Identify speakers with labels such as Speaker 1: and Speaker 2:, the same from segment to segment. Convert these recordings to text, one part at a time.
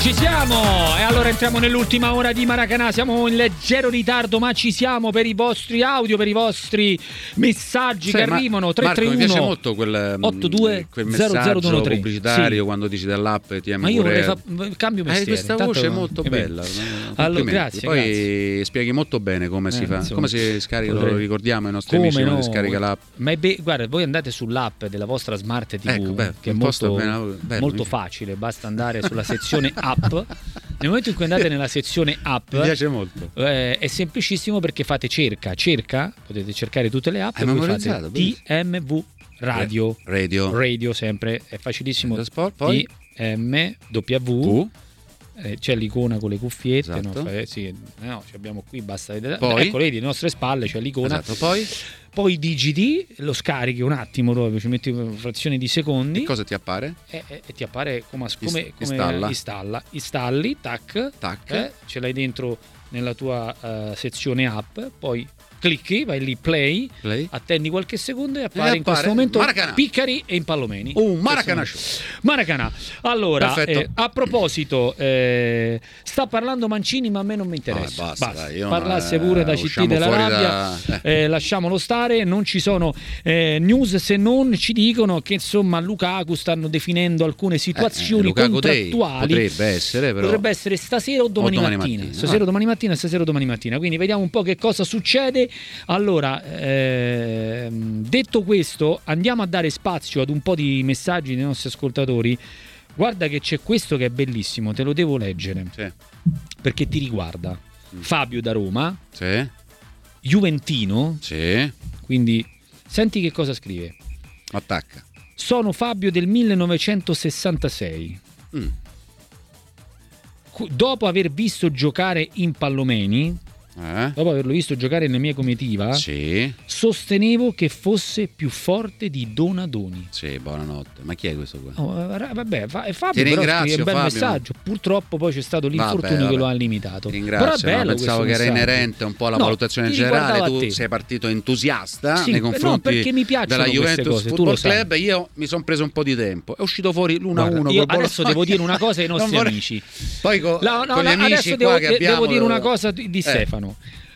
Speaker 1: ci siamo! E allora entriamo nell'ultima ora di Maracanà. Siamo in leggero ritardo, ma ci siamo per i vostri audio, per i vostri messaggi
Speaker 2: Sai,
Speaker 1: che
Speaker 2: Cioè, ma-
Speaker 1: arrivano.
Speaker 2: Marco, mi piace
Speaker 1: 331
Speaker 2: molto quel, mm,
Speaker 1: 82
Speaker 2: quel messaggio
Speaker 1: 0013.
Speaker 2: pubblicitario
Speaker 1: Sì.
Speaker 2: quando dici dell'app ti ami
Speaker 1: Ma io
Speaker 2: pure-
Speaker 1: vorrei fa- mm, cambio
Speaker 2: Hai
Speaker 1: mestiere.
Speaker 2: questa
Speaker 1: Intanto-
Speaker 2: voce molto
Speaker 1: capito?
Speaker 2: bella. no?
Speaker 1: Allora,
Speaker 2: Complimenti.
Speaker 1: grazie.
Speaker 2: Poi
Speaker 1: grazie.
Speaker 2: spieghi molto bene come si
Speaker 1: Eh,
Speaker 2: fa,
Speaker 1: insomma,
Speaker 2: come si scarica, lo
Speaker 1: potrei-
Speaker 2: ricordiamo ai nostri amici quando si scarica l'app.
Speaker 1: Ma è be- guarda, voi andate sull'app della vostra smart TV,
Speaker 2: Ecco, beh,
Speaker 1: che è
Speaker 2: un posto
Speaker 1: molto,
Speaker 2: ben- bello,
Speaker 1: molto
Speaker 2: mi-
Speaker 1: facile, basta andare sulla sezione app. Nel momento in cui andate nella sezione app,
Speaker 2: Mi piace molto.
Speaker 1: eh, è semplicissimo perché fate cerca, cerca, potete cercare tutte le app
Speaker 2: Hai
Speaker 1: e poi
Speaker 2: memorizzato,
Speaker 1: fate DMV Radio,
Speaker 2: Radio.
Speaker 1: radio sempre, è facilissimo.
Speaker 2: Lo sport, poi?
Speaker 1: DMW,
Speaker 2: Tu?
Speaker 1: eh, c'è l'icona con le cuffiette, no?
Speaker 2: Esatto.
Speaker 1: Fa- eh, sì, eh, no, ci abbiamo qui, basta vedere.
Speaker 2: Poi?
Speaker 1: Ecco, vedi, alle nostre spalle c'è l'icona.
Speaker 2: Esatto, poi
Speaker 1: Poi digiti, lo scarichi un attimo, proprio, ci metti una frazione di secondi
Speaker 2: cosa ti appare?
Speaker 1: e, e- e ti appare come,
Speaker 2: Is-
Speaker 1: come, come
Speaker 2: installa.
Speaker 1: installa. Installi, tac,
Speaker 2: Tac.
Speaker 1: eh, ce l'hai dentro nella tua eh, sezione app, poi clicchi, vai lì play,
Speaker 2: Play.
Speaker 1: attendi qualche secondo e appare in
Speaker 2: appare
Speaker 1: questo momento
Speaker 2: Maracanà.
Speaker 1: Piccari e Impallomeni.
Speaker 2: Un Maracanà
Speaker 1: Questo momento. Maracanà. Allora,
Speaker 2: Perfetto.
Speaker 1: eh, a proposito, eh, sta parlando Mancini, ma a me non mi interessa.
Speaker 2: Ah, basta, dai, io non-
Speaker 1: Parlasse pure da
Speaker 2: eh,
Speaker 1: CT
Speaker 2: usciamo
Speaker 1: della
Speaker 2: fuori
Speaker 1: rabbia,
Speaker 2: da-
Speaker 1: eh, lasciamolo stare, non ci sono eh, news se non ci dicono che insomma Lukaku stanno definendo alcune situazioni
Speaker 2: Eh, Lukaku Day
Speaker 1: contrattuali.
Speaker 2: potrebbe essere, però.
Speaker 1: Potrebbe essere stasera o domani,
Speaker 2: domani
Speaker 1: mattina.
Speaker 2: mattina.
Speaker 1: Stasera o
Speaker 2: Ah.
Speaker 1: domani mattina, stasera o domani mattina. Quindi vediamo un po' che cosa succede. Allora, ehm, detto questo, andiamo a dare spazio ad un po' di messaggi dei nostri ascoltatori. Guarda che c'è questo che è bellissimo, te lo devo leggere
Speaker 2: Sì.
Speaker 1: perché ti riguarda. Fabio da Roma,
Speaker 2: Sì.
Speaker 1: Juventino,
Speaker 2: Sì.
Speaker 1: quindi senti che cosa scrive.
Speaker 2: Attacca.
Speaker 1: Sono Fabio del 1966.
Speaker 2: Mm.
Speaker 1: Cu- Dopo aver visto giocare in Pallomeni,
Speaker 2: Eh?
Speaker 1: dopo averlo visto giocare nella mia comitiva,
Speaker 2: Sì.
Speaker 1: sostenevo che fosse più forte di Donadoni.
Speaker 2: Sì, buonanotte. Ma chi è questo qua?
Speaker 1: Oh, eh, vabbè, fa- è Fabio
Speaker 2: Ti
Speaker 1: però
Speaker 2: ringrazio,
Speaker 1: scrive un bel
Speaker 2: Fabio.
Speaker 1: messaggio. Purtroppo poi c'è stato l'infortunio
Speaker 2: Vabbè,
Speaker 1: che
Speaker 2: vabbè.
Speaker 1: lo ha limitato.
Speaker 2: Ti
Speaker 1: però è
Speaker 2: ringrazio,
Speaker 1: bello
Speaker 2: no, pensavo
Speaker 1: questo
Speaker 2: che era
Speaker 1: messaggio.
Speaker 2: inerente un po' alla
Speaker 1: No,
Speaker 2: valutazione
Speaker 1: ti
Speaker 2: generale,
Speaker 1: riguardava
Speaker 2: tu
Speaker 1: te.
Speaker 2: sei partito entusiasta
Speaker 1: Sì,
Speaker 2: nei
Speaker 1: no,
Speaker 2: confronti
Speaker 1: perché mi piacciono
Speaker 2: della
Speaker 1: queste
Speaker 2: Juventus
Speaker 1: cose, tu
Speaker 2: Football
Speaker 1: lo sai.
Speaker 2: Club, io mi sono preso un po' di tempo, è uscito fuori l'1-1
Speaker 1: Guarda,
Speaker 2: col
Speaker 1: io
Speaker 2: Bologna.
Speaker 1: adesso devo dire una cosa ai nostri
Speaker 2: Non vorrei-
Speaker 1: amici.
Speaker 2: Poi co-
Speaker 1: No, no,
Speaker 2: con gli
Speaker 1: no,
Speaker 2: amici
Speaker 1: adesso
Speaker 2: qua
Speaker 1: devo,
Speaker 2: che
Speaker 1: de-
Speaker 2: abbiamo
Speaker 1: devo dire una cosa di, di
Speaker 2: Eh,
Speaker 1: Stefano.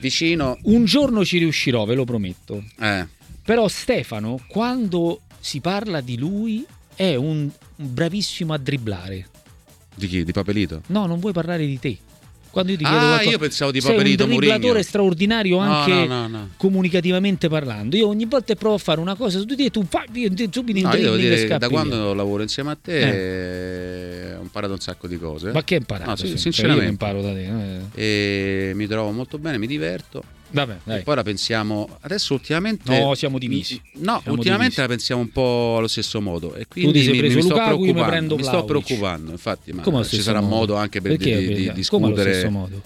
Speaker 2: vicino
Speaker 1: Un giorno ci riuscirò, ve lo prometto.
Speaker 2: eh,
Speaker 1: Però Stefano, quando si parla di lui, è un un bravissimo a dribblare.
Speaker 2: di chi? Di Papelito.
Speaker 1: No, non vuoi parlare di te. Quando io ti chiedo
Speaker 2: Ah,
Speaker 1: qualcosa-
Speaker 2: io pensavo di
Speaker 1: sei
Speaker 2: Paperito
Speaker 1: un dribblatore
Speaker 2: Mourinho.
Speaker 1: straordinario
Speaker 2: No,
Speaker 1: anche
Speaker 2: no, no, no.
Speaker 1: comunicativamente parlando. Io ogni volta che provo a fare una cosa su di te, tu fai io ti- subito in
Speaker 2: No, io devo
Speaker 1: dribbling e
Speaker 2: dire che
Speaker 1: scappi
Speaker 2: da
Speaker 1: via.
Speaker 2: quando lavoro insieme a te eh, ho imparato un sacco di cose.
Speaker 1: Ma che hai imparato?
Speaker 2: No, sì,
Speaker 1: sempre? Io
Speaker 2: sinceramente.
Speaker 1: imparo da te. no?
Speaker 2: E mi trovo molto bene, mi diverto.
Speaker 1: Vabbè,
Speaker 2: E
Speaker 1: dai.
Speaker 2: poi la pensiamo adesso ultimamente Mm,
Speaker 1: No, siamo divisi.
Speaker 2: No,
Speaker 1: Siamo
Speaker 2: ultimamente
Speaker 1: divisi.
Speaker 2: la pensiamo un po' allo stesso modo e quindi
Speaker 1: ti sei
Speaker 2: mi,
Speaker 1: preso
Speaker 2: mi sto
Speaker 1: Lukaku, io mi
Speaker 2: preoccupando,
Speaker 1: prendo
Speaker 2: mi sto
Speaker 1: Vlahovic.
Speaker 2: preoccupando, infatti, ma
Speaker 1: Come allo
Speaker 2: ci
Speaker 1: stesso
Speaker 2: sarà modo anche per
Speaker 1: Perché?
Speaker 2: di, di- di
Speaker 1: Come allo
Speaker 2: discutere.
Speaker 1: stesso modo?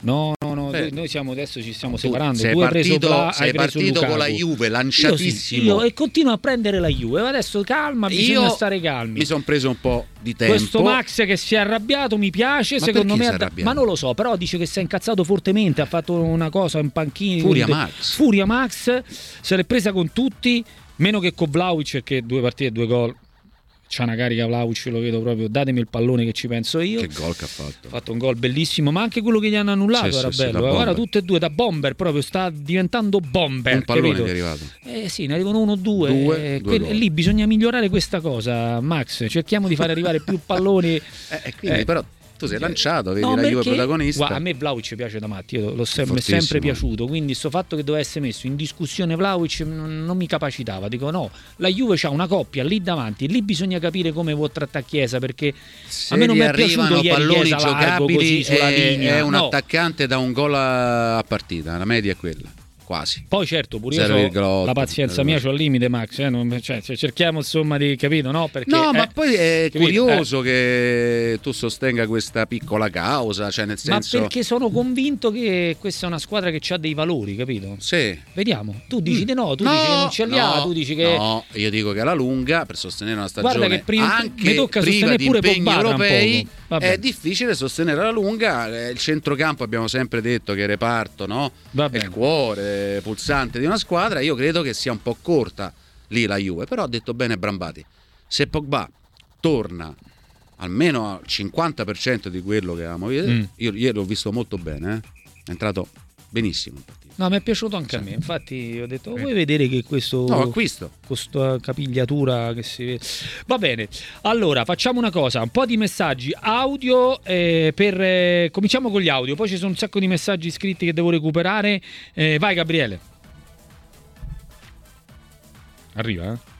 Speaker 1: No, no, no,
Speaker 2: Beh,
Speaker 1: noi- noi siamo adesso ci stiamo
Speaker 2: tu
Speaker 1: separando.
Speaker 2: sei
Speaker 1: tu hai preso
Speaker 2: partito-
Speaker 1: Bla,
Speaker 2: sei
Speaker 1: hai preso
Speaker 2: partito
Speaker 1: Lukaku.
Speaker 2: con la Juve, lanciatissimo.
Speaker 1: Io, sì, io- e continuo a prendere la Juve. Adesso calma, bisogna
Speaker 2: Io
Speaker 1: stare calmi.
Speaker 2: Mi sono preso un po' di tempo.
Speaker 1: Questo Max che si è arrabbiato mi piace,
Speaker 2: Ma
Speaker 1: secondo
Speaker 2: perché
Speaker 1: me
Speaker 2: si è
Speaker 1: ha da-
Speaker 2: arrabbiato?
Speaker 1: ma non lo so, però dice che si è incazzato fortemente, ha fatto una cosa in panchina.
Speaker 2: Furia
Speaker 1: De-
Speaker 2: Max.
Speaker 1: Furia Max se l'è presa con tutti, meno che con Vlaovic che due partite e due gol. c'ha una carica Vlaovic, lo vedo proprio, datemi il pallone che ci penso io.
Speaker 2: Che gol che ha
Speaker 1: Ha
Speaker 2: fatto.
Speaker 1: fatto un gol bellissimo, ma anche quello che gli hanno annullato
Speaker 2: Sì,
Speaker 1: era
Speaker 2: sì, sì, da
Speaker 1: bello. eh.
Speaker 2: bomber.
Speaker 1: Guarda, tutte e due da bomber proprio, sta diventando bomber.
Speaker 2: Un pallone
Speaker 1: capito?
Speaker 2: che è arrivato.
Speaker 1: Eh sì, ne arrivano uno o due.
Speaker 2: Due,
Speaker 1: eh,
Speaker 2: due
Speaker 1: que-
Speaker 2: gol.
Speaker 1: lì bisogna migliorare questa cosa, Max. Cerchiamo di far arrivare più palloni.
Speaker 2: Eh, e quindi,
Speaker 1: Eh.
Speaker 2: però, tu sei lanciato, vedi
Speaker 1: No,
Speaker 2: la Juve
Speaker 1: perché-
Speaker 2: protagonista.
Speaker 1: Guarda, a me Vlaovic piace da matti, io l'ho sem- mi è
Speaker 2: Fortissimo.
Speaker 1: sempre piaciuto, quindi sto fatto che dovesse messo in discussione Vlaovic non, non mi capacitava, dico no, la Juve c'ha una coppia lì davanti, lì bisogna capire come può trattare Chiesa perché
Speaker 2: Se
Speaker 1: a me non
Speaker 2: gli
Speaker 1: mi è
Speaker 2: arrivano
Speaker 1: piaciuto ieri
Speaker 2: palloni
Speaker 1: Chiesa largo
Speaker 2: giocabili,
Speaker 1: così sulla
Speaker 2: è,
Speaker 1: linea.
Speaker 2: è un
Speaker 1: no.
Speaker 2: attaccante da un gol a, a partita. La media è quella, quasi.
Speaker 1: Poi certo, pure io so,
Speaker 2: 0,8,
Speaker 1: la pazienza mia c'ho al limite Max, eh, non- cioè, cioè, cerchiamo insomma di capito, no? Perché,
Speaker 2: No,
Speaker 1: eh,
Speaker 2: ma poi è
Speaker 1: capito?
Speaker 2: curioso che tu sostenga questa piccola causa, cioè nel
Speaker 1: Eh, ma
Speaker 2: senso...
Speaker 1: perché sono convinto che questa è una squadra che ha dei valori, capito?
Speaker 2: Sì.
Speaker 1: Vediamo, tu dici di no, tu
Speaker 2: Mm. No,
Speaker 1: dici che non ce li ha,
Speaker 2: no,
Speaker 1: tu dici che...
Speaker 2: No, io dico che alla lunga, per sostenere una stagione
Speaker 1: Guarda che prima-
Speaker 2: anche
Speaker 1: mi tocca
Speaker 2: priva
Speaker 1: sostenere
Speaker 2: di
Speaker 1: pure
Speaker 2: impegni
Speaker 1: Pogba tra un
Speaker 2: europei,
Speaker 1: poco. Vabbè.
Speaker 2: è difficile sostenere alla lunga. Eh, Il centrocampo abbiamo sempre detto che è reparto, no?
Speaker 1: Va
Speaker 2: È il
Speaker 1: bene.
Speaker 2: cuore pulsante di una squadra. Io credo che sia un po' corta lì la Juve, però ha detto bene Brambati. Se Pogba torna almeno al 50% di quello che avevamo visto,
Speaker 1: Mm.
Speaker 2: io ieri l'ho visto molto bene, eh. è entrato benissimo in partita.
Speaker 1: No, mi è piaciuto anche a me. Infatti, ho detto: vuoi vedere che questo.
Speaker 2: Eh. No, acquisto.
Speaker 1: Questa capigliatura che si vede. Va bene. Allora, facciamo una cosa: un po' di messaggi audio. eh, per, eh, cominciamo con gli audio. Poi ci sono un sacco di messaggi scritti che devo recuperare. Eh, vai, Gabriele. Arriva, eh?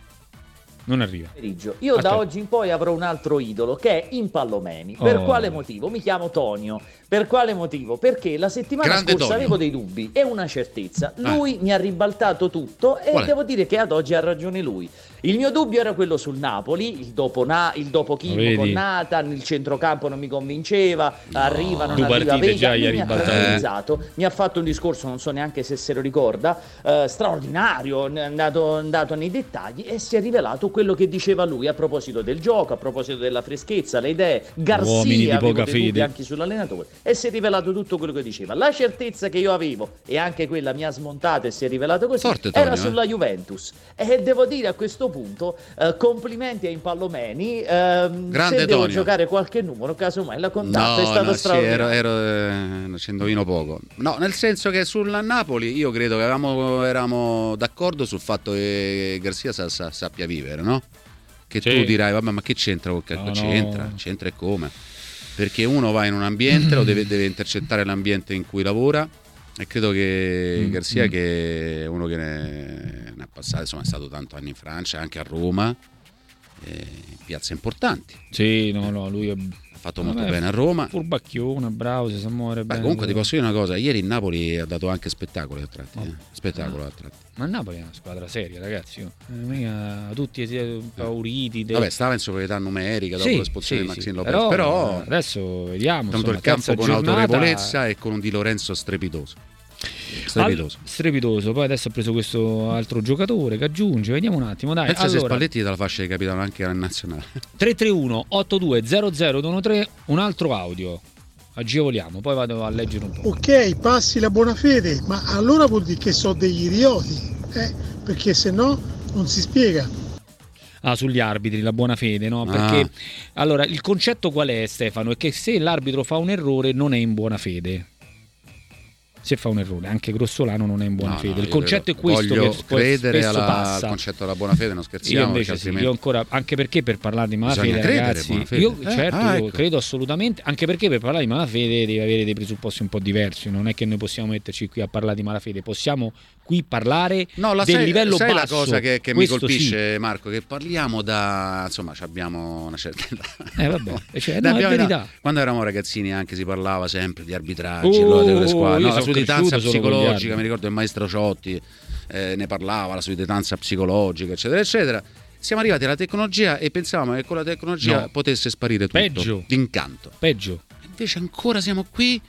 Speaker 1: Non arriva.
Speaker 3: pomeriggio. Io
Speaker 1: Aspetta.
Speaker 3: da oggi in poi avrò un altro idolo che è Impallomeni.
Speaker 1: Oh.
Speaker 3: Per quale motivo? Mi chiamo Tonio. Per quale motivo? Perché la settimana
Speaker 2: Grande
Speaker 3: scorsa
Speaker 2: Tonio.
Speaker 3: avevo dei dubbi e una certezza.
Speaker 1: Ah.
Speaker 3: Lui mi ha ribaltato tutto e
Speaker 2: Qual è?
Speaker 3: devo dire che ad oggi ha ragione lui. Il mio dubbio era quello sul Napoli, il dopo, Na- il dopo Chimo
Speaker 1: Lo vedi?
Speaker 3: con Nathan, il centrocampo non mi convinceva, arriva, non
Speaker 1: Due
Speaker 3: arriva
Speaker 1: partite
Speaker 3: Vega, Eh,
Speaker 1: già
Speaker 3: lui
Speaker 1: gli ha
Speaker 3: mi ha
Speaker 1: ribaltato.
Speaker 3: tranquillizzato, mi ha fatto un discorso, non so neanche se se lo ricorda, eh, straordinario, n- è andato, è andato nei dettagli e si è rivelato quello che diceva lui a proposito del gioco, a proposito della freschezza, le idee, Garzia
Speaker 1: Uomini di
Speaker 3: avevo
Speaker 1: poca
Speaker 3: dei
Speaker 1: fede.
Speaker 3: dubbi anche sull'allenatore e si è rivelato tutto quello che diceva. La certezza che io avevo e anche quella mi ha smontato e si è rivelato così
Speaker 2: Forte, Tonio,
Speaker 3: era
Speaker 2: eh.
Speaker 3: sulla Juventus e devo dire a questo punto eh, complimenti a Impallomeni, ehm,
Speaker 2: Grande
Speaker 3: se devo
Speaker 2: Tonio.
Speaker 3: giocare qualche numero casomai la contatto, è stato
Speaker 2: no, sì,
Speaker 3: straordinario.
Speaker 2: ero, ero, eh, ci indovino poco. No, nel senso che sulla Napoli io credo che avevamo- eravamo d'accordo sul fatto che Garzia sa- sa- sappia vivere, no? Che
Speaker 1: Sì.
Speaker 2: tu dirai, vabbè, ma che c'entra col calcio?
Speaker 1: No, no.
Speaker 2: C'entra, c'entra e come? Perché uno va in un ambiente, lo deve, deve intercettare l'ambiente in cui lavora e credo che
Speaker 1: Mm,
Speaker 2: Garzia,
Speaker 1: mm.
Speaker 2: che è uno che ne, ne ha passato, insomma è stato tanto anni in Francia, anche a Roma, eh, in piazze importanti,
Speaker 1: Sì, no, no, lui è.
Speaker 2: ha fatto molto
Speaker 1: Vabbè,
Speaker 2: bene a Roma.
Speaker 1: Furbacchione, bravo, se si muore
Speaker 2: Beh,
Speaker 1: bene.
Speaker 2: comunque ti posso dire una cosa, ieri il Napoli ha dato anche spettacoli a tratti, eh.
Speaker 1: Oh.
Speaker 2: spettacolo a tratti.
Speaker 1: Ma il Napoli è una squadra seria, ragazzi. oh. Eh, mica tutti si- impauriti. de-
Speaker 2: Eh. Vabbè, stava in superiorità numerica dopo
Speaker 1: Sì,
Speaker 2: l'espulsione
Speaker 1: sì,
Speaker 2: di Maxine
Speaker 1: sì.
Speaker 2: Lopez, però,
Speaker 1: eh, adesso vediamo.
Speaker 2: ha tenuto
Speaker 1: insomma,
Speaker 2: il campo
Speaker 1: terza
Speaker 2: con
Speaker 1: giornata-
Speaker 2: autorevolezza e con un Di Lorenzo strepitoso. Strepitoso.
Speaker 1: Al- strepitoso. Poi adesso ha preso questo altro giocatore che aggiunge. Vediamo un attimo, dai.
Speaker 2: Pensa se
Speaker 1: allora,
Speaker 2: Spalletti dalla fascia di capitano anche alla nazionale.
Speaker 1: 331 82 0013 un altro audio. Agevoliamo, poi vado a leggere un po'.
Speaker 4: Ok, passi la buona fede, ma allora vuol dire che so degli idioti, eh? perché se no non si spiega.
Speaker 1: Ah, sugli arbitri, la buona fede, no?
Speaker 2: Ah.
Speaker 1: Perché allora il concetto qual è, Stefano? È che se l'arbitro fa un errore non è in buona fede. Se fa un errore, anche grossolano non è in buona
Speaker 2: No, no,
Speaker 1: fede. il
Speaker 2: io
Speaker 1: concetto è
Speaker 2: credo-
Speaker 1: questo
Speaker 2: Voglio
Speaker 1: che sp-
Speaker 2: credere
Speaker 1: spesso
Speaker 2: alla-
Speaker 1: passa.
Speaker 2: al concetto della buona fede, non scherziamo.
Speaker 1: io
Speaker 2: perché
Speaker 1: invece sì,
Speaker 2: altrimenti-
Speaker 1: io ancora, anche perché per parlare di malafede,
Speaker 2: Bisogna credere,
Speaker 1: ragazzi,
Speaker 2: buona fede.
Speaker 1: io
Speaker 2: Eh,
Speaker 1: certo
Speaker 2: ah,
Speaker 1: io
Speaker 2: ecco.
Speaker 1: credo assolutamente, anche perché per parlare di malafede devi avere dei presupposti un po' diversi, non è che noi possiamo metterci qui a parlare di malafede, possiamo qui parlare
Speaker 2: No, la
Speaker 1: del
Speaker 2: sai,
Speaker 1: livello
Speaker 2: sai
Speaker 1: basso.
Speaker 2: la cosa che, che mi
Speaker 1: Questo
Speaker 2: colpisce, Marco, che parliamo da... insomma, ci abbiamo una certa età.
Speaker 1: Eh, vabbè, e cioè,
Speaker 2: Ne
Speaker 1: no, è
Speaker 2: abbiamo-
Speaker 1: verità.
Speaker 2: Quando eravamo ragazzini anche si parlava sempre di arbitraggi,
Speaker 1: Oh,
Speaker 2: allora delle squadre.
Speaker 1: io
Speaker 2: No, la
Speaker 1: sono
Speaker 2: sudditanza
Speaker 1: cresciuto solo con gli arbitri.
Speaker 2: psicologica, mi ricordo il maestro Ciotti eh, ne parlava, la sudditanza psicologica, eccetera, eccetera. Siamo arrivati alla tecnologia e pensavamo che con la tecnologia
Speaker 1: No.
Speaker 2: potesse sparire tutto
Speaker 1: Peggio.
Speaker 2: d'incanto.
Speaker 1: Peggio.
Speaker 2: Invece ancora siamo qui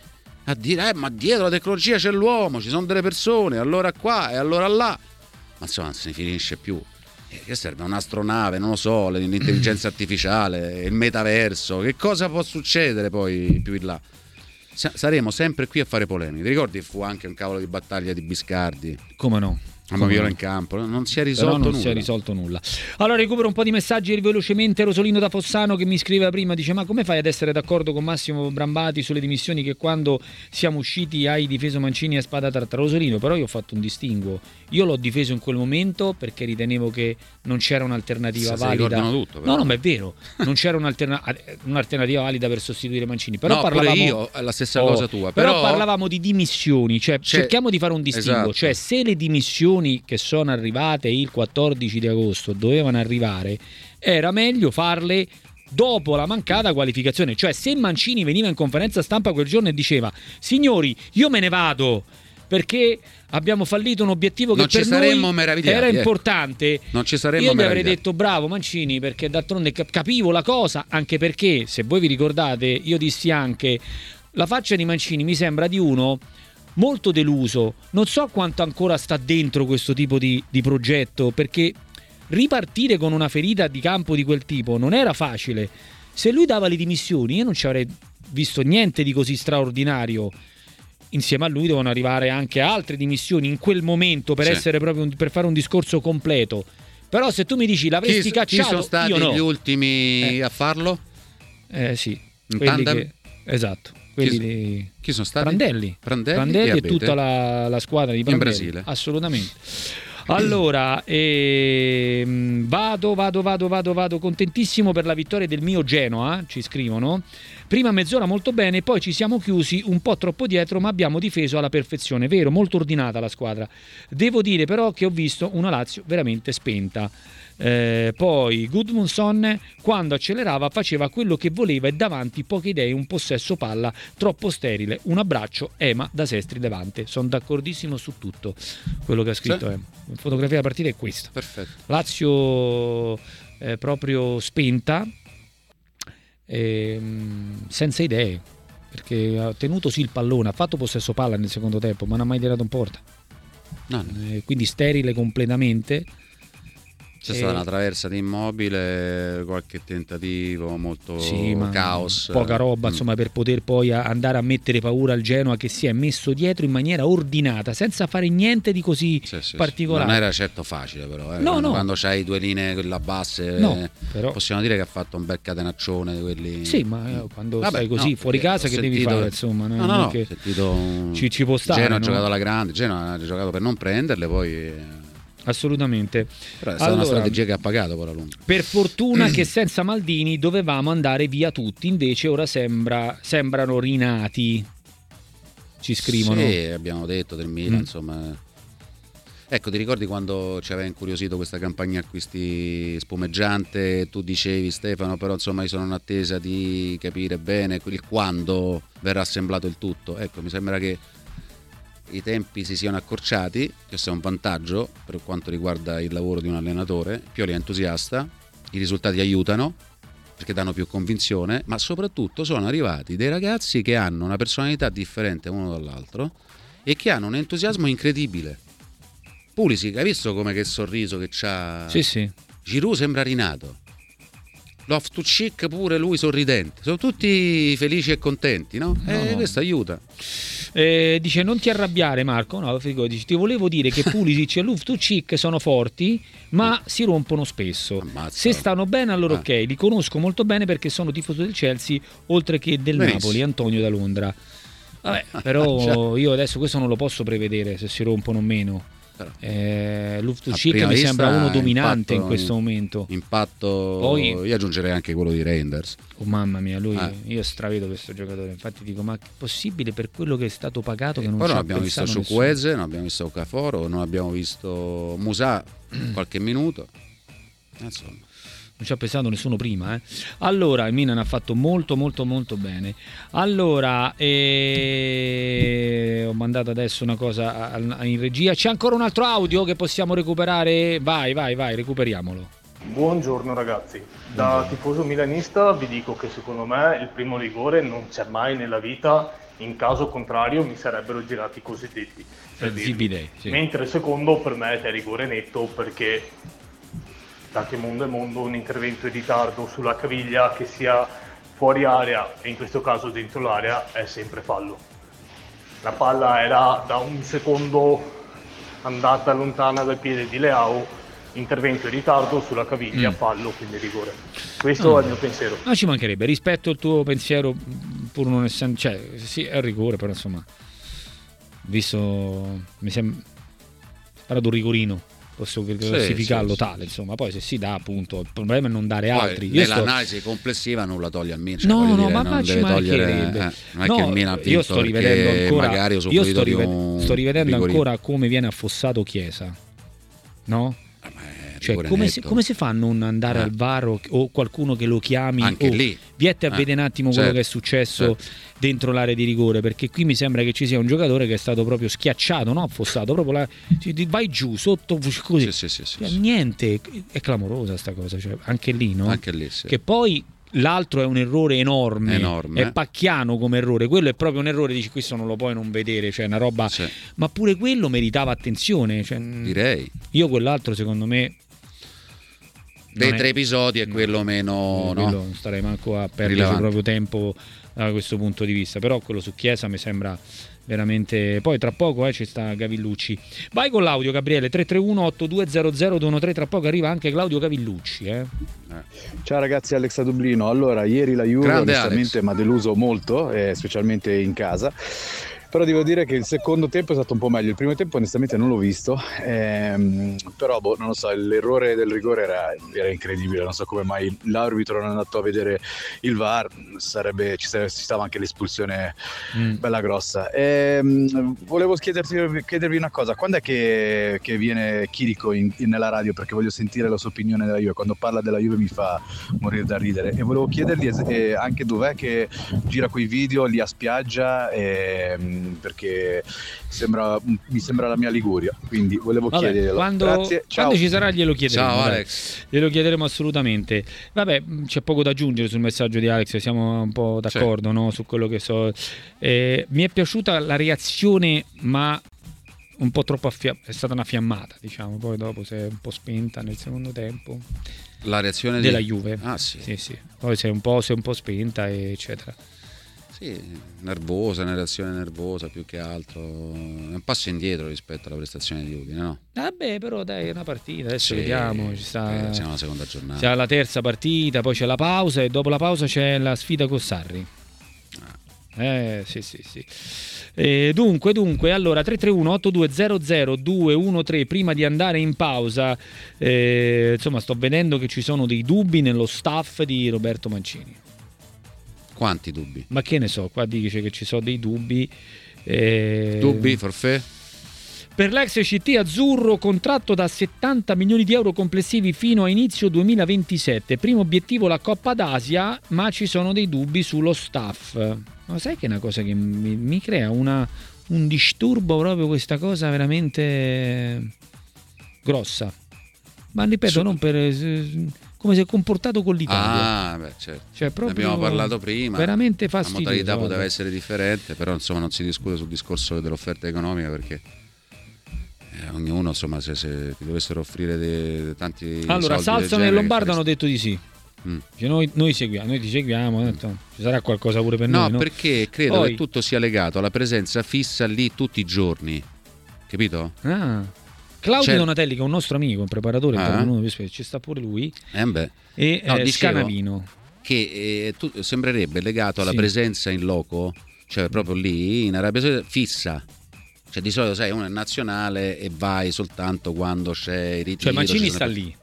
Speaker 2: a dire, eh, ma dietro la tecnologia c'è l'uomo, ci sono delle persone, allora qua e allora là. Ma insomma, non se ne finisce più. Eh, Che serve un'astronave, non lo so, le- l'intelligenza artificiale, il metaverso, che cosa può succedere poi più in là? Sa- saremo sempre qui a fare polemiche. Ti ricordi fu anche un cavolo di battaglia di Biscardi?
Speaker 1: Come no?
Speaker 2: Mamma viola in campo, non si è
Speaker 1: Però
Speaker 2: risolto
Speaker 1: non
Speaker 2: nulla.
Speaker 1: si è risolto nulla. Allora recupero un po' di messaggi velocemente. Rosolino da Fossano che mi scriveva prima, dice ma come fai ad essere d'accordo con Massimo Brambati sulle dimissioni che quando siamo usciti hai difeso Mancini a spada tratta? Rosolino, però io ho fatto un distinguo. Io l'ho difeso in quel momento perché ritenevo che non c'era un'alternativa
Speaker 2: Se si
Speaker 1: valida.
Speaker 2: ricordano tutto, però.
Speaker 1: no, no, ma è vero, non c'era un'alterna- un'alternativa valida per sostituire Mancini. Però
Speaker 2: No, pure
Speaker 1: parlavamo...
Speaker 2: io, è la stessa
Speaker 1: Oh,
Speaker 2: cosa tua,
Speaker 1: Però,
Speaker 2: però-
Speaker 1: parlavamo di dimissioni, cioè
Speaker 2: Cioè-
Speaker 1: cerchiamo di fare un distinguo.
Speaker 2: Esatto.
Speaker 1: Cioè se le dimissioni che sono arrivate il 14 di agosto dovevano arrivare, era meglio farle dopo la mancata qualificazione. Cioè, se Mancini veniva in conferenza stampa quel giorno e diceva: Signori, io me ne vado. Perché abbiamo fallito un obiettivo che
Speaker 2: Non ci
Speaker 1: per
Speaker 2: saremmo
Speaker 1: noi
Speaker 2: meravigliati,
Speaker 1: era
Speaker 2: ecco.
Speaker 1: importante.
Speaker 2: Non ci saremmo
Speaker 1: Io gli avrei
Speaker 2: meravigliati.
Speaker 1: detto bravo Mancini perché d'altronde cap- capivo la cosa, anche perché se voi vi ricordate io dissi anche la faccia di Mancini mi sembra di uno molto deluso. Non so quanto ancora sta dentro questo tipo di, di progetto, perché ripartire con una ferita di campo di quel tipo non era facile. Se lui dava le dimissioni, io non ci avrei visto niente di così straordinario. Insieme a lui devono arrivare anche altre dimissioni in quel momento per,
Speaker 2: Sì.
Speaker 1: essere proprio un- per fare un discorso completo. Però se tu mi dici
Speaker 2: Chi,
Speaker 1: l'avresti
Speaker 2: chi
Speaker 1: cacciato,
Speaker 2: sono stati
Speaker 1: io no.
Speaker 2: gli ultimi
Speaker 1: Eh.
Speaker 2: a farlo?
Speaker 1: Eh sì,
Speaker 2: In
Speaker 1: quelli
Speaker 2: tandem?
Speaker 1: che- esatto, quelli
Speaker 2: Chi-
Speaker 1: di
Speaker 2: Chi sono stati?
Speaker 1: Prandelli.
Speaker 2: Prandelli,
Speaker 1: Prandelli e
Speaker 2: Abete.
Speaker 1: tutta la, la squadra di Prandelli.
Speaker 2: Brasile.
Speaker 1: Assolutamente. Allora, ehm, vado, vado, vado, vado, vado, contentissimo per la vittoria del mio Genoa, ci scrivono. Prima mezz'ora molto bene, poi ci siamo chiusi un po' troppo dietro, ma abbiamo difeso alla perfezione, vero, molto ordinata la squadra. Devo dire però che ho visto una Lazio veramente spenta. Eh, poi Gudmundsson quando accelerava faceva quello che voleva e davanti poche idee, un possesso palla troppo sterile. Un abbraccio Ema da Sestri Levante. Sono d'accordissimo su tutto quello che ha scritto
Speaker 2: Sì.
Speaker 1: Ema. In fotografia della partita è questa.
Speaker 2: Perfetto.
Speaker 1: Lazio eh, proprio spenta, ehm, senza idee, perché ha tenuto sì il pallone, ha fatto possesso palla nel secondo tempo, ma non ha mai tirato in porta.
Speaker 2: No, no.
Speaker 1: Eh, quindi sterile completamente.
Speaker 2: C'è
Speaker 1: Eh.
Speaker 2: stata una traversa di immobile, qualche tentativo, molto
Speaker 1: Sì, ma
Speaker 2: caos.
Speaker 1: poca roba,
Speaker 2: Mm.
Speaker 1: insomma, per poter poi a- andare a mettere paura al Genoa che si è messo dietro in maniera ordinata, senza fare niente di così
Speaker 2: Sì, sì, sì.
Speaker 1: particolare.
Speaker 2: Non era certo facile, però. eh.
Speaker 1: No,
Speaker 2: quando,
Speaker 1: no.
Speaker 2: quando c'hai due linee quella basse,
Speaker 1: No,
Speaker 2: eh,
Speaker 1: però-
Speaker 2: possiamo dire che ha fatto un bel catenaccione di quelli. Mm.
Speaker 1: Sì, ma eh, quando
Speaker 2: Vabbè,
Speaker 1: stai così
Speaker 2: no,
Speaker 1: fuori
Speaker 2: perché
Speaker 1: casa
Speaker 2: ho
Speaker 1: che devi
Speaker 2: sentito-
Speaker 1: fare, insomma,
Speaker 2: No,
Speaker 1: non
Speaker 2: no,
Speaker 1: è
Speaker 2: no,
Speaker 1: che
Speaker 2: ho sentito un-
Speaker 1: ci, ci può stare.
Speaker 2: Genoa ha
Speaker 1: no?
Speaker 2: giocato alla grande, Genoa ha giocato per non prenderle, poi eh,
Speaker 1: Assolutamente.
Speaker 2: però è stata
Speaker 1: Allora,
Speaker 2: una strategia che ha pagato poi la lunga.
Speaker 1: Per fortuna che senza Maldini dovevamo andare via tutti, invece ora sembra- sembrano rinati. Ci scrivono.
Speaker 2: Sì, abbiamo detto del Milan,
Speaker 1: Mm.
Speaker 2: insomma. Ecco, ti ricordi quando ci aveva incuriosito questa campagna acquisti spumeggiante? Tu dicevi Stefano, però insomma io sono in attesa di capire bene il quando verrà assemblato il tutto. Ecco, mi sembra che i tempi si siano accorciati, questo è un vantaggio per quanto riguarda il lavoro di un allenatore. Pioli è entusiasta, i risultati aiutano perché danno più convinzione, ma soprattutto sono arrivati dei ragazzi che hanno una personalità differente uno dall'altro e che hanno un entusiasmo incredibile. Pulisic, hai visto come che sorriso che c'ha?
Speaker 1: Sì, sì.
Speaker 2: Giroud sembra rinato. Loftus Chic pure lui sorridente. Sono tutti felici e contenti, no?
Speaker 1: No,
Speaker 2: e
Speaker 1: no.
Speaker 2: questo aiuta.
Speaker 1: Eh, dice non ti arrabbiare Marco, no, Figo, dice, ti volevo dire che Pulisic e Luftucic sono forti ma si rompono spesso.
Speaker 2: Mm. Ammazza.
Speaker 1: Se stanno bene allora
Speaker 2: Ah.
Speaker 1: ok, li conosco molto bene perché sono tifoso del Chelsea oltre che del
Speaker 2: Benissimo. Ah,
Speaker 1: Napoli, Antonio da Londra. Vabbè, però io adesso questo non lo posso prevedere se si rompono o meno.
Speaker 2: Però,
Speaker 1: Eh,
Speaker 2: a
Speaker 1: Luftucic
Speaker 2: prima
Speaker 1: mi
Speaker 2: vista,
Speaker 1: sembra uno dominante
Speaker 2: impatto-
Speaker 1: in questo momento.
Speaker 2: Impatto.
Speaker 1: Poi-
Speaker 2: Io aggiungerei anche quello di Reinders.
Speaker 1: Oh, mamma mia, lui,
Speaker 2: Eh.
Speaker 1: io stravedo questo giocatore. Infatti dico, ma è possibile per quello che è stato pagato che non
Speaker 2: Poi
Speaker 1: ci
Speaker 2: non
Speaker 1: ha
Speaker 2: abbiamo Eh, visto
Speaker 1: pensato nessuno?
Speaker 2: Ciucueze, non abbiamo visto Caforo, non abbiamo visto Musà qualche minuto. Insomma.
Speaker 1: Non ci ha pensato nessuno prima. eh. Allora, il Milan ha fatto molto, molto, molto bene. Allora, eh, ho mandato adesso una cosa a- a- in regia. C'è ancora un altro audio che possiamo recuperare? Vai, vai, vai, recuperiamolo.
Speaker 5: Buongiorno ragazzi, da tifoso milanista vi dico che secondo me il primo rigore non c'è mai nella vita, in caso contrario mi sarebbero girati i cosiddetti. per dirvi.
Speaker 1: Zibidei, sì.
Speaker 5: Mentre il secondo per me è rigore netto perché da che mondo è mondo un intervento in ritardo sulla caviglia che sia fuori area e in questo caso dentro l'area è sempre fallo. La palla era da un secondo andata lontana dal piede di Leao, intervento in ritardo sulla caviglia, fallo, quindi rigore. Questo
Speaker 1: Ah.
Speaker 5: è il mio pensiero.
Speaker 1: No, ci mancherebbe, rispetto il tuo pensiero, mh, pur non essendo... Cioè, sì, è un rigore, però insomma... Visto... Mi sembra... Parla di un rigorino. Posso classificarlo
Speaker 2: sì, sì.
Speaker 1: tale, insomma. Poi se si dà, appunto, il problema è non dare
Speaker 2: Poi,
Speaker 1: altri. Io sto-
Speaker 2: nell'analisi complessiva nulla toglie al Milan. cioè,
Speaker 1: No,
Speaker 2: voglio
Speaker 1: no,
Speaker 2: dire,
Speaker 1: ma,
Speaker 2: non
Speaker 1: ma ci
Speaker 2: deve togliere,
Speaker 1: mancherebbe.
Speaker 2: eh, non è che il Milan ha vinto
Speaker 1: io sto rivedendo
Speaker 2: perché
Speaker 1: ancora,
Speaker 2: magari ha usufruito
Speaker 1: io sto,
Speaker 2: di
Speaker 1: rived-
Speaker 2: un
Speaker 1: sto rivedendo
Speaker 2: rigorino.
Speaker 1: ancora come viene affossato Chiesa. No?
Speaker 2: Ah, ma è
Speaker 1: Cioè,
Speaker 2: rigore
Speaker 1: come
Speaker 2: netto.
Speaker 1: si, come si fa a non andare
Speaker 2: Eh.
Speaker 1: al VAR o qualcuno che lo chiami?
Speaker 2: Anche
Speaker 1: "Oh,
Speaker 2: lì.
Speaker 1: Viette a
Speaker 2: Eh,
Speaker 1: vedere un attimo quello
Speaker 2: certo,
Speaker 1: che è successo dentro l'area di rigore, perché qui mi sembra che ci sia un giocatore che è stato proprio schiacciato, no? affossato, proprio là, ti- ti vai giù, sotto, così.
Speaker 2: Sì, sì, sì, sì,
Speaker 1: Cioè,
Speaker 2: sì.
Speaker 1: Niente, è clamorosa sta cosa, cioè, anche lì, no?
Speaker 2: Anche lì, sì.
Speaker 1: Che poi l'altro è un errore enorme,
Speaker 2: Enorme. eh.
Speaker 1: è pacchiano come errore, quello è proprio un errore, dici questo non lo puoi non vedere, cioè una roba...
Speaker 2: Sì,
Speaker 1: Ma pure quello meritava attenzione, cioè, mh,
Speaker 2: direi.
Speaker 1: io quell'altro secondo me...
Speaker 2: Dei
Speaker 1: non è-
Speaker 2: tre episodi è quello meno...
Speaker 1: quello
Speaker 2: no?
Speaker 1: non starei manco a perdere il
Speaker 2: Rilevante.
Speaker 1: proprio tempo da questo punto di vista, però quello su Chiesa mi sembra veramente... Poi tra poco eh, ci sta Gavillucci. Vai con l'audio Gabriele, 331-8200-213, tra poco arriva anche Claudio Gavillucci. Eh.
Speaker 6: Ciao ragazzi, Alex a Dublino. Allora, ieri la Juve
Speaker 2: Grande
Speaker 6: onestamente mi ha deluso molto, eh, specialmente in casa. Però devo dire che il secondo tempo è stato un po' meglio. Il primo tempo onestamente non l'ho visto, ehm, però boh, non lo so, l'errore del rigore era, era incredibile, non so come mai l'arbitro non è andato a vedere il VAR, sarebbe, ci, sarebbe- ci stava anche l'espulsione
Speaker 1: Mm.
Speaker 6: bella grossa. Ehm, volevo chiederti- chiedervi una cosa, quando è che, che viene Chirico in- in- nella radio? Perché voglio sentire la sua opinione della Juve, quando parla della Juve mi fa morire da ridere e volevo chiedergli es- eh, anche dov'è che gira quei video lì a spiaggia ehm, perché sembra- mi sembra la mia Liguria, quindi volevo
Speaker 1: Vabbè,
Speaker 6: chiederglielo.
Speaker 1: quando,
Speaker 6: Grazie, ciao.
Speaker 1: quando ci sarà glielo chiederemo.
Speaker 2: Ciao
Speaker 1: dai.
Speaker 2: Alex.
Speaker 1: Glielo chiederemo assolutamente. Vabbè, mh, c'è poco da aggiungere sul messaggio di Alex, siamo un po' d'accordo no, su quello che so. Eh, mi è piaciuta la reazione, ma un po' troppo affia- è stata una fiammata, diciamo, poi dopo si è un po' spenta nel secondo tempo
Speaker 2: La reazione di-
Speaker 1: della Juve.
Speaker 2: Ah sì.
Speaker 1: Sì, sì. Poi si è un po', si è un po' spenta, eccetera.
Speaker 2: Sì, nervosa, una reazione nervosa più che altro. È un passo indietro rispetto alla prestazione di Udine, no?
Speaker 1: Vabbè, Ah, però dai, è una partita, adesso
Speaker 2: Sì,
Speaker 1: vediamo, ci sta...
Speaker 2: eh, siamo alla seconda giornata.
Speaker 1: C'è la terza partita, poi c'è la pausa e dopo la pausa c'è la sfida con Sarri.
Speaker 2: Ah.
Speaker 1: Eh, sì, sì, sì. Eh, dunque, dunque, allora 331-8200-213 prima di andare in pausa, eh, insomma, sto vedendo che ci sono dei dubbi nello staff di Roberto Mancini.
Speaker 2: Quanti dubbi?
Speaker 1: Ma che ne so, qua dice che ci sono dei dubbi. eh,
Speaker 2: Dubbi, forfè?
Speaker 1: per l'ex CT azzurro, contratto da 70 milioni di euro complessivi fino a inizio 2027. Primo obiettivo la Coppa d'Asia, ma ci sono dei dubbi sullo staff. Ma sai che è una cosa che mi, mi crea una- un disturbo proprio questa cosa veramente grossa. Ma ripeto,
Speaker 2: Su-
Speaker 1: non per... eh, come si è comportato con l'Italia.
Speaker 2: Ah, beh, certo.
Speaker 1: Cioè, proprio-
Speaker 2: ne abbiamo parlato prima.
Speaker 1: veramente fastidioso,
Speaker 2: La modalità poteva
Speaker 1: guarda.
Speaker 2: essere differente, però insomma non si discute sul discorso dell'offerta economica perché eh, ognuno, insomma, se, se ti dovessero offrire de- tanti
Speaker 1: Allora,
Speaker 2: soldi del
Speaker 1: Salzano e
Speaker 2: genere,
Speaker 1: Lombardo
Speaker 2: che
Speaker 1: hanno detto
Speaker 2: faresti?
Speaker 1: di sì.
Speaker 2: Mm.
Speaker 1: Cioè, noi, noi seguiamo, noi ti seguiamo, tanto ci sarà qualcosa pure per
Speaker 2: No,
Speaker 1: noi.
Speaker 2: perché credo
Speaker 1: Poi-
Speaker 2: che tutto sia legato alla presenza fissa lì tutti i giorni. Capito?
Speaker 1: Ah. Claudio
Speaker 2: C'è-
Speaker 1: Donatelli, che è un nostro amico, un preparatore,
Speaker 2: Cioè Ah.
Speaker 1: intervenuto per specie, ci sta pure lui.
Speaker 2: Eh beh.
Speaker 1: E
Speaker 2: No,
Speaker 1: eh,
Speaker 2: dicevo-
Speaker 1: Scanavino.
Speaker 2: che eh, tu- sembrerebbe legato alla
Speaker 1: Sì.
Speaker 2: presenza in loco, cioè proprio lì in Arabia Saudita, fissa. Cioè di solito sai, uno è nazionale e vai soltanto quando c'è il ritiro.
Speaker 1: Cioè, Mancini
Speaker 2: ci sono-
Speaker 1: sta lì,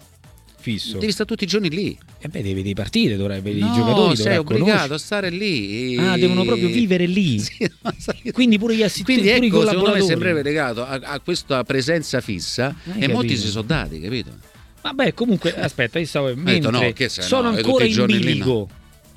Speaker 1: fisso.
Speaker 2: Devi stare tutti i giorni lì.
Speaker 1: E beh, devi, devi partire, dovrai vedere
Speaker 2: No,
Speaker 1: i giocatori.
Speaker 2: sei
Speaker 1: dovrai
Speaker 2: obbligato a
Speaker 1: conoscere.
Speaker 2: stare lì. e-
Speaker 1: Ah, devono proprio vivere lì.
Speaker 2: Sì, no, sai-
Speaker 1: Quindi pure gli assistenti,
Speaker 2: Quindi
Speaker 1: pure i
Speaker 2: ecco, secondo me
Speaker 1: collaboratori.
Speaker 2: sembrerebbe legato a, a questa presenza fissa e
Speaker 1: capito.
Speaker 2: molti si sono dati, capito?
Speaker 1: Vabbè, comunque, aspetta, io stavo... mentre
Speaker 2: detto, no, che se no,
Speaker 1: sono
Speaker 2: è tutti
Speaker 1: ancora
Speaker 2: i
Speaker 1: in
Speaker 2: giorni lì,
Speaker 1: bilico.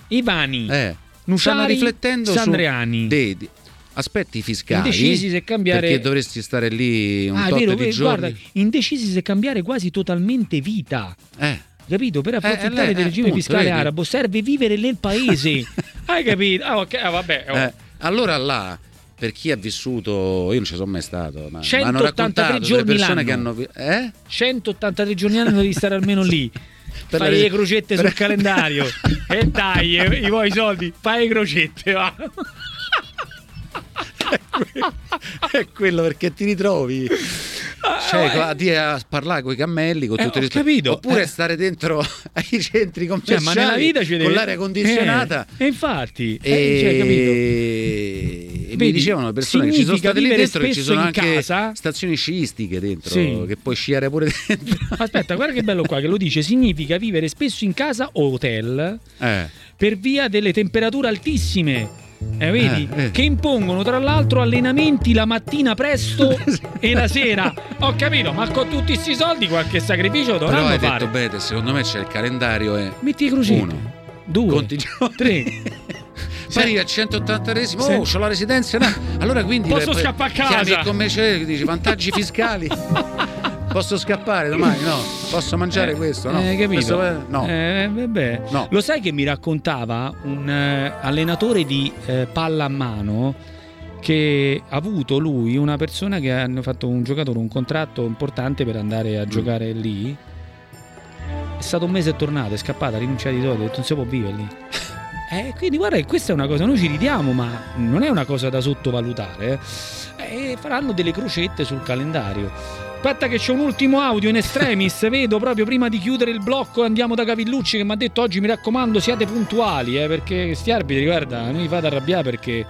Speaker 1: Ivani,
Speaker 2: Eh, stanno
Speaker 1: Nuciari,
Speaker 2: riflettendo
Speaker 1: Sandriani.
Speaker 2: su dei di- aspetti fiscali.
Speaker 1: Indecisi se cambiare-
Speaker 2: Perché dovresti stare lì un
Speaker 1: ah, è
Speaker 2: tot
Speaker 1: vero,
Speaker 2: di
Speaker 1: eh, guarda,
Speaker 2: giorni.
Speaker 1: indecisi se cambiare quasi totalmente vita.
Speaker 2: Eh,
Speaker 1: Capito? Per
Speaker 2: eh,
Speaker 1: approfittare
Speaker 2: eh,
Speaker 1: del regime
Speaker 2: appunto,
Speaker 1: fiscale
Speaker 2: vedi.
Speaker 1: arabo serve vivere nel paese. Hai capito? Ah, ok, ah, vabbè. oh.
Speaker 2: eh, allora là, per chi ha vissuto, io non ci sono mai stato, ma, ma hanno
Speaker 1: 183
Speaker 2: raccontato delle
Speaker 1: giorni
Speaker 2: persone
Speaker 1: l'anno.
Speaker 2: che hanno... vi- Eh?
Speaker 1: 183 giorni all'anno devi stare almeno lì.
Speaker 2: Per
Speaker 1: fai
Speaker 2: la-
Speaker 1: le crocette
Speaker 2: per-
Speaker 1: sul calendario. e dai, eh, i vuoi i soldi? Fai le crocette, va.
Speaker 2: Cioè,
Speaker 1: Ah.
Speaker 2: È quello perché ti ritrovi Cioè, qua, di a parlare con i cammelli, con
Speaker 1: Eh,
Speaker 2: tutte
Speaker 1: ho
Speaker 2: le
Speaker 1: capito.
Speaker 2: Oppure
Speaker 1: Eh.
Speaker 2: stare dentro ai centri
Speaker 1: Cioè,
Speaker 2: commerciali
Speaker 1: ma nella vita ci
Speaker 2: con
Speaker 1: deve...
Speaker 2: l'aria condizionata.
Speaker 1: Eh, E infatti,
Speaker 2: E,
Speaker 1: eh, cioè, capito?
Speaker 2: e mi
Speaker 1: Vedi,
Speaker 2: dicevano le persone che ci sono
Speaker 1: significa
Speaker 2: state lì
Speaker 1: vivere
Speaker 2: dentro che ci
Speaker 1: spesso
Speaker 2: sono
Speaker 1: in
Speaker 2: anche
Speaker 1: casa.
Speaker 2: stazioni sciistiche dentro
Speaker 1: Sì.
Speaker 2: che puoi sciare pure dentro.
Speaker 1: Aspetta, guarda che bello qua che lo dice, significa vivere spesso in casa o hotel
Speaker 2: Eh.
Speaker 1: per via delle temperature altissime. Eh, vedi?
Speaker 2: Eh, eh.
Speaker 1: Che impongono tra l'altro allenamenti la mattina presto e la sera. Ho capito, ma con tutti questi soldi qualche sacrificio
Speaker 2: Però
Speaker 1: dovranno
Speaker 2: hai
Speaker 1: fare.
Speaker 2: detto bene, secondo me c'è il calendario e
Speaker 1: Metti i crocini.
Speaker 2: Uno.
Speaker 1: Due.
Speaker 2: conti i giorni.
Speaker 1: Tre.
Speaker 2: Poi arrivi al 180esimo,
Speaker 1: Sì.
Speaker 2: oh, c'ho la residenza. no. Allora quindi
Speaker 1: Posso
Speaker 2: poi
Speaker 1: scappare a
Speaker 2: Chiami
Speaker 1: casa.
Speaker 2: il commerciale che dice vantaggi fiscali. Posso scappare domani? No. Posso mangiare
Speaker 1: Eh,
Speaker 2: questo? No.
Speaker 1: eh, capito.
Speaker 2: Questo, eh, no.
Speaker 1: Eh, vabbè.
Speaker 2: No.
Speaker 1: Lo sai che mi raccontava un eh, allenatore di eh, pallamano che ha avuto lui una persona che hanno fatto un giocatore un contratto importante per andare
Speaker 2: Mm.
Speaker 1: a giocare lì. È stato un mese e tornato, è scappata, ha rinunciato ai soldi, ha detto non si può vivere lì. Eh, quindi guarda che questa è una cosa, noi ci ridiamo, ma non è una cosa da sottovalutare. eh. Eh, faranno delle crocette sul calendario. Aspetta che c'è un ultimo audio in extremis, vedo proprio prima di chiudere il blocco andiamo da Cavillucci che mi ha detto oggi mi raccomando siate puntuali eh, perché questi arbitri guarda mi fate arrabbiare perché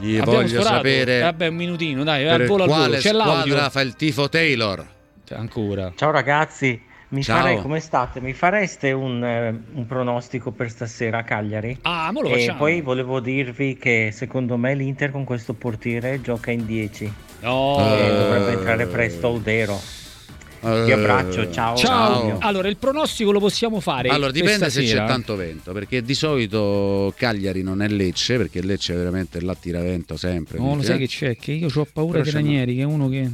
Speaker 2: Gli
Speaker 1: abbiamo
Speaker 2: voglio
Speaker 1: sforato.
Speaker 2: sapere
Speaker 1: Vabbè un minutino dai, al
Speaker 2: per
Speaker 1: volo al volo,
Speaker 2: quale
Speaker 1: c'è l'audio.
Speaker 2: squadra fa il tifo Taylor.
Speaker 1: Ancora.
Speaker 7: Ciao ragazzi, mi
Speaker 2: Ciao.
Speaker 7: farei- come state? Mi fareste un, eh, un pronostico per stasera a Cagliari?
Speaker 1: Ah, ma lo
Speaker 7: E
Speaker 1: facciamo.
Speaker 7: poi volevo dirvi che secondo me l'Inter con questo portiere gioca in 10
Speaker 1: No.
Speaker 7: e
Speaker 2: Eh.
Speaker 7: dovrebbe entrare presto Audero. Ti
Speaker 2: Eh,
Speaker 7: abbraccio, ciao.
Speaker 1: Ciao.
Speaker 2: Ciao.
Speaker 1: Allora il pronostico lo possiamo fare.
Speaker 2: Allora dipende
Speaker 1: questa
Speaker 2: se c'è
Speaker 1: sera.
Speaker 2: tanto vento, perché di solito Cagliari non è Lecce, perché Lecce è veramente l'attiravento sempre.
Speaker 1: No, lo
Speaker 2: quindi,
Speaker 1: sai
Speaker 2: eh.
Speaker 1: che c'è? Che io ho paura
Speaker 2: Però
Speaker 1: di
Speaker 2: c'è una-
Speaker 1: Ranieri, che è uno che.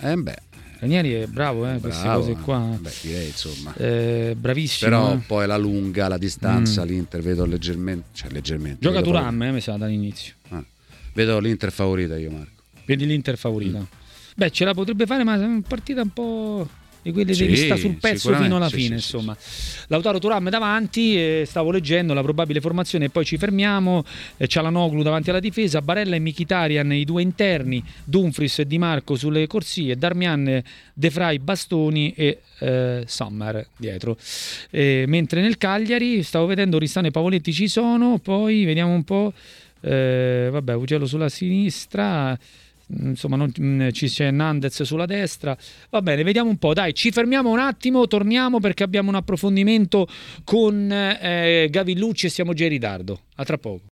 Speaker 2: Eh beh,
Speaker 1: Ranieri è bravo, eh, queste
Speaker 2: bravo,
Speaker 1: cose qua.
Speaker 2: eh. Beh, direi insomma.
Speaker 1: Eh, bravissimo.
Speaker 2: Però
Speaker 1: eh.
Speaker 2: poi la lunga, la distanza, l'Inter vedo leggermente, cioè leggermente.
Speaker 1: Gioca
Speaker 2: vedo
Speaker 1: Turam, eh, mi sa, dall'inizio.
Speaker 2: proprio- ah, vedo l'Inter favorita io Marco.
Speaker 1: Vedi l'Inter favorita.
Speaker 2: Mm.
Speaker 1: Beh, ce la potrebbe fare, ma è una partita un po'. Di quelle
Speaker 2: Sì,
Speaker 1: devi stare sul pezzo
Speaker 2: sicuramente,
Speaker 1: fino alla
Speaker 2: sì,
Speaker 1: fine,
Speaker 2: sì, sì,
Speaker 1: insomma. Lautaro Turam davanti, eh, stavo leggendo la probabile formazione, poi ci fermiamo. Eh, Cialanoglu davanti alla difesa, Barella e Michitarian i due interni, Dumfries e Di Marco sulle corsie, Darmian, eh, De Frey, Bastoni e eh, Sommer dietro. Eh, mentre nel Cagliari, stavo vedendo Ristano e Pavoletti ci sono, poi vediamo un po'. Eh, vabbè, Ugello sulla sinistra, mh, insomma, non- mh, ci c'è Nandez sulla destra. Va bene, vediamo un po'. Dai, ci fermiamo un attimo, torniamo perché abbiamo un approfondimento con eh, Gavillucci e siamo già in ritardo. A tra poco.